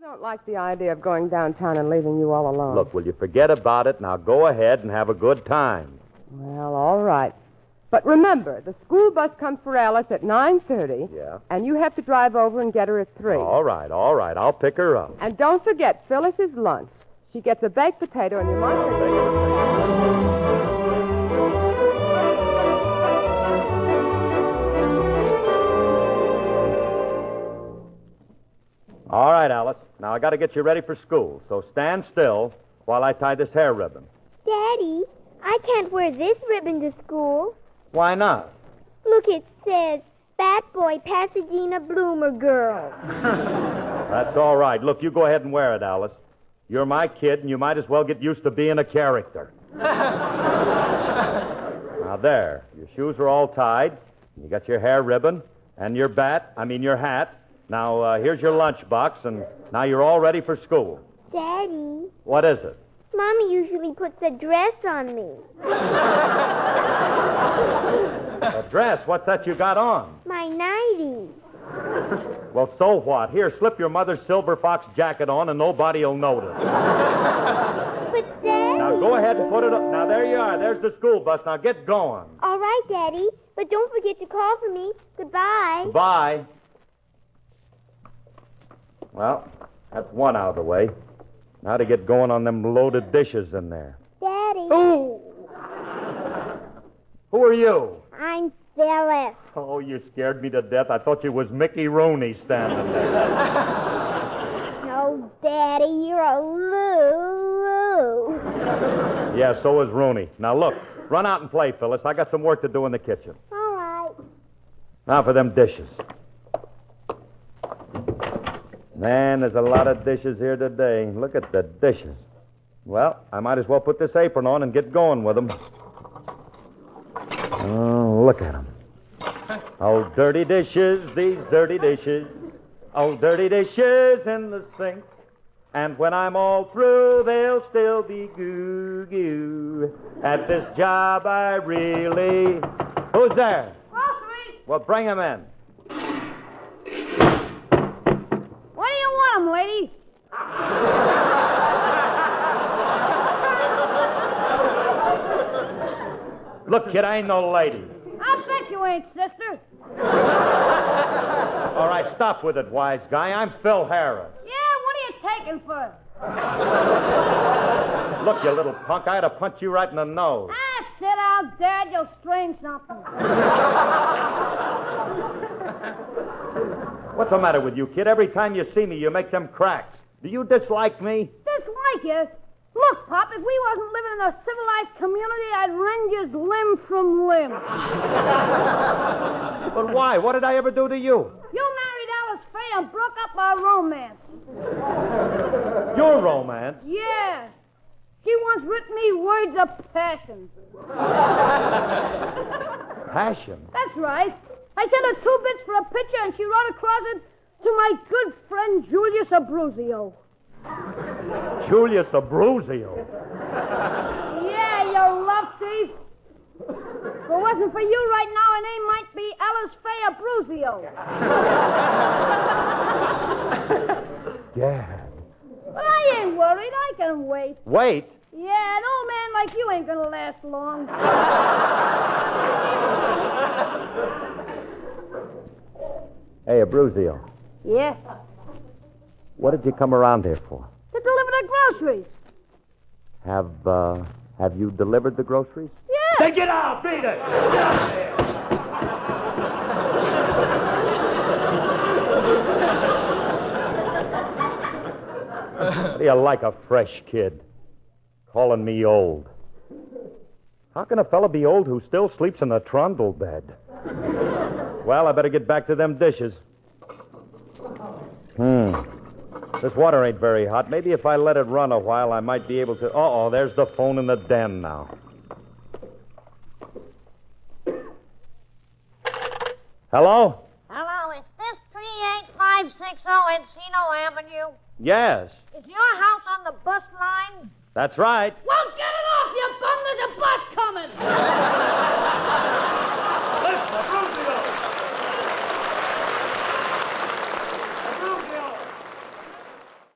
don't like the idea of going downtown and leaving you all alone. Look, will you forget about it? Now go ahead and have a good time. Well, all right. But remember, the school bus comes for Alice at 9.30. Yeah. Oh. And you have to drive over and get her at 3. All right, all right. I'll pick her up. And don't forget Phyllis's lunch. She gets a baked potato and you might... All right, Alice. Now I got to get you ready for school, so stand still while I tie this hair ribbon. Daddy, I can't wear this ribbon to school. Why not? Look, it says Bat Boy Pasadena Bloomer Girl. That's all right. Look, you go ahead and wear it, Alice. You're my kid, and you might as well get used to being a character. now there, your shoes are all tied. and You got your hair ribbon and your bat, I mean your hat. Now uh, here's your lunchbox, and now you're all ready for school. Daddy, What is it? Mommy usually puts a dress on me. A dress. What's that you got on? My nightie. Well, so what? Here, slip your mother's silver fox jacket on, and nobody'll notice. But Daddy... Now go ahead and put it up. Now there you are. There's the school bus. Now get going. All right, Daddy, but don't forget to call for me. Goodbye. Bye. Well, that's one out of the way. Now to get going on them loaded dishes in there. Daddy, Ooh! Who are you? I'm Phyllis. Oh, you scared me to death. I thought you was Mickey Rooney standing there. No, Daddy, you're a loo. yeah, so is Rooney. Now look, run out and play, Phyllis. I got some work to do in the kitchen. All right. Now for them dishes. Man, there's a lot of dishes here today. Look at the dishes. Well, I might as well put this apron on and get going with them. Oh, look at them. Oh, dirty dishes, these dirty dishes. Oh, dirty dishes in the sink. And when I'm all through, they'll still be goo goo. At this job, I really. Who's there? Well, bring him in. What do you want 'em, lady? Look, kid, I ain't no lady. I bet you ain't, sister. All right, stop with it, wise guy. I'm Phil Harris. Yeah, what are you taking for? Look, you little punk, I had to punch you right in the nose. Ah, sit down, Dad. You'll strain something. What's the matter with you, kid? Every time you see me, you make them cracks. Do you dislike me? Dislike you? Look, Pop, if we wasn't living in a civilized community, I'd rend you limb from limb. But why? What did I ever do to you? You married Alice Faye and broke up our romance. Your romance. Yeah. She once writ me words of passion. Passion. That's right. I sent her two bits for a picture, and she wrote across it to my good friend Julius Abruzio. Julius Abruzio. Yeah, you love thief. If it wasn't for you right now, her name might be Alice Faye Abruzio. Yeah. But I ain't worried. I can wait. Wait. Yeah, an old man like you ain't gonna last long. Hey, Abruzio, Yeah? what did you come around here for? To deliver the groceries. Have, uh, have you delivered the groceries? Yeah. Then get out! Beat it! How do you like a fresh kid? Calling me old. How can a fella be old who still sleeps in a trundle bed? Well, I better get back to them dishes. Hmm. This water ain't very hot. Maybe if I let it run a while, I might be able to. Uh oh, there's the phone in the den now. Hello? Hello, is this 38560 Encino oh Avenue? Yes, Is your house on the bus line? that's right. Well, get it off, you bum! There's a bus coming!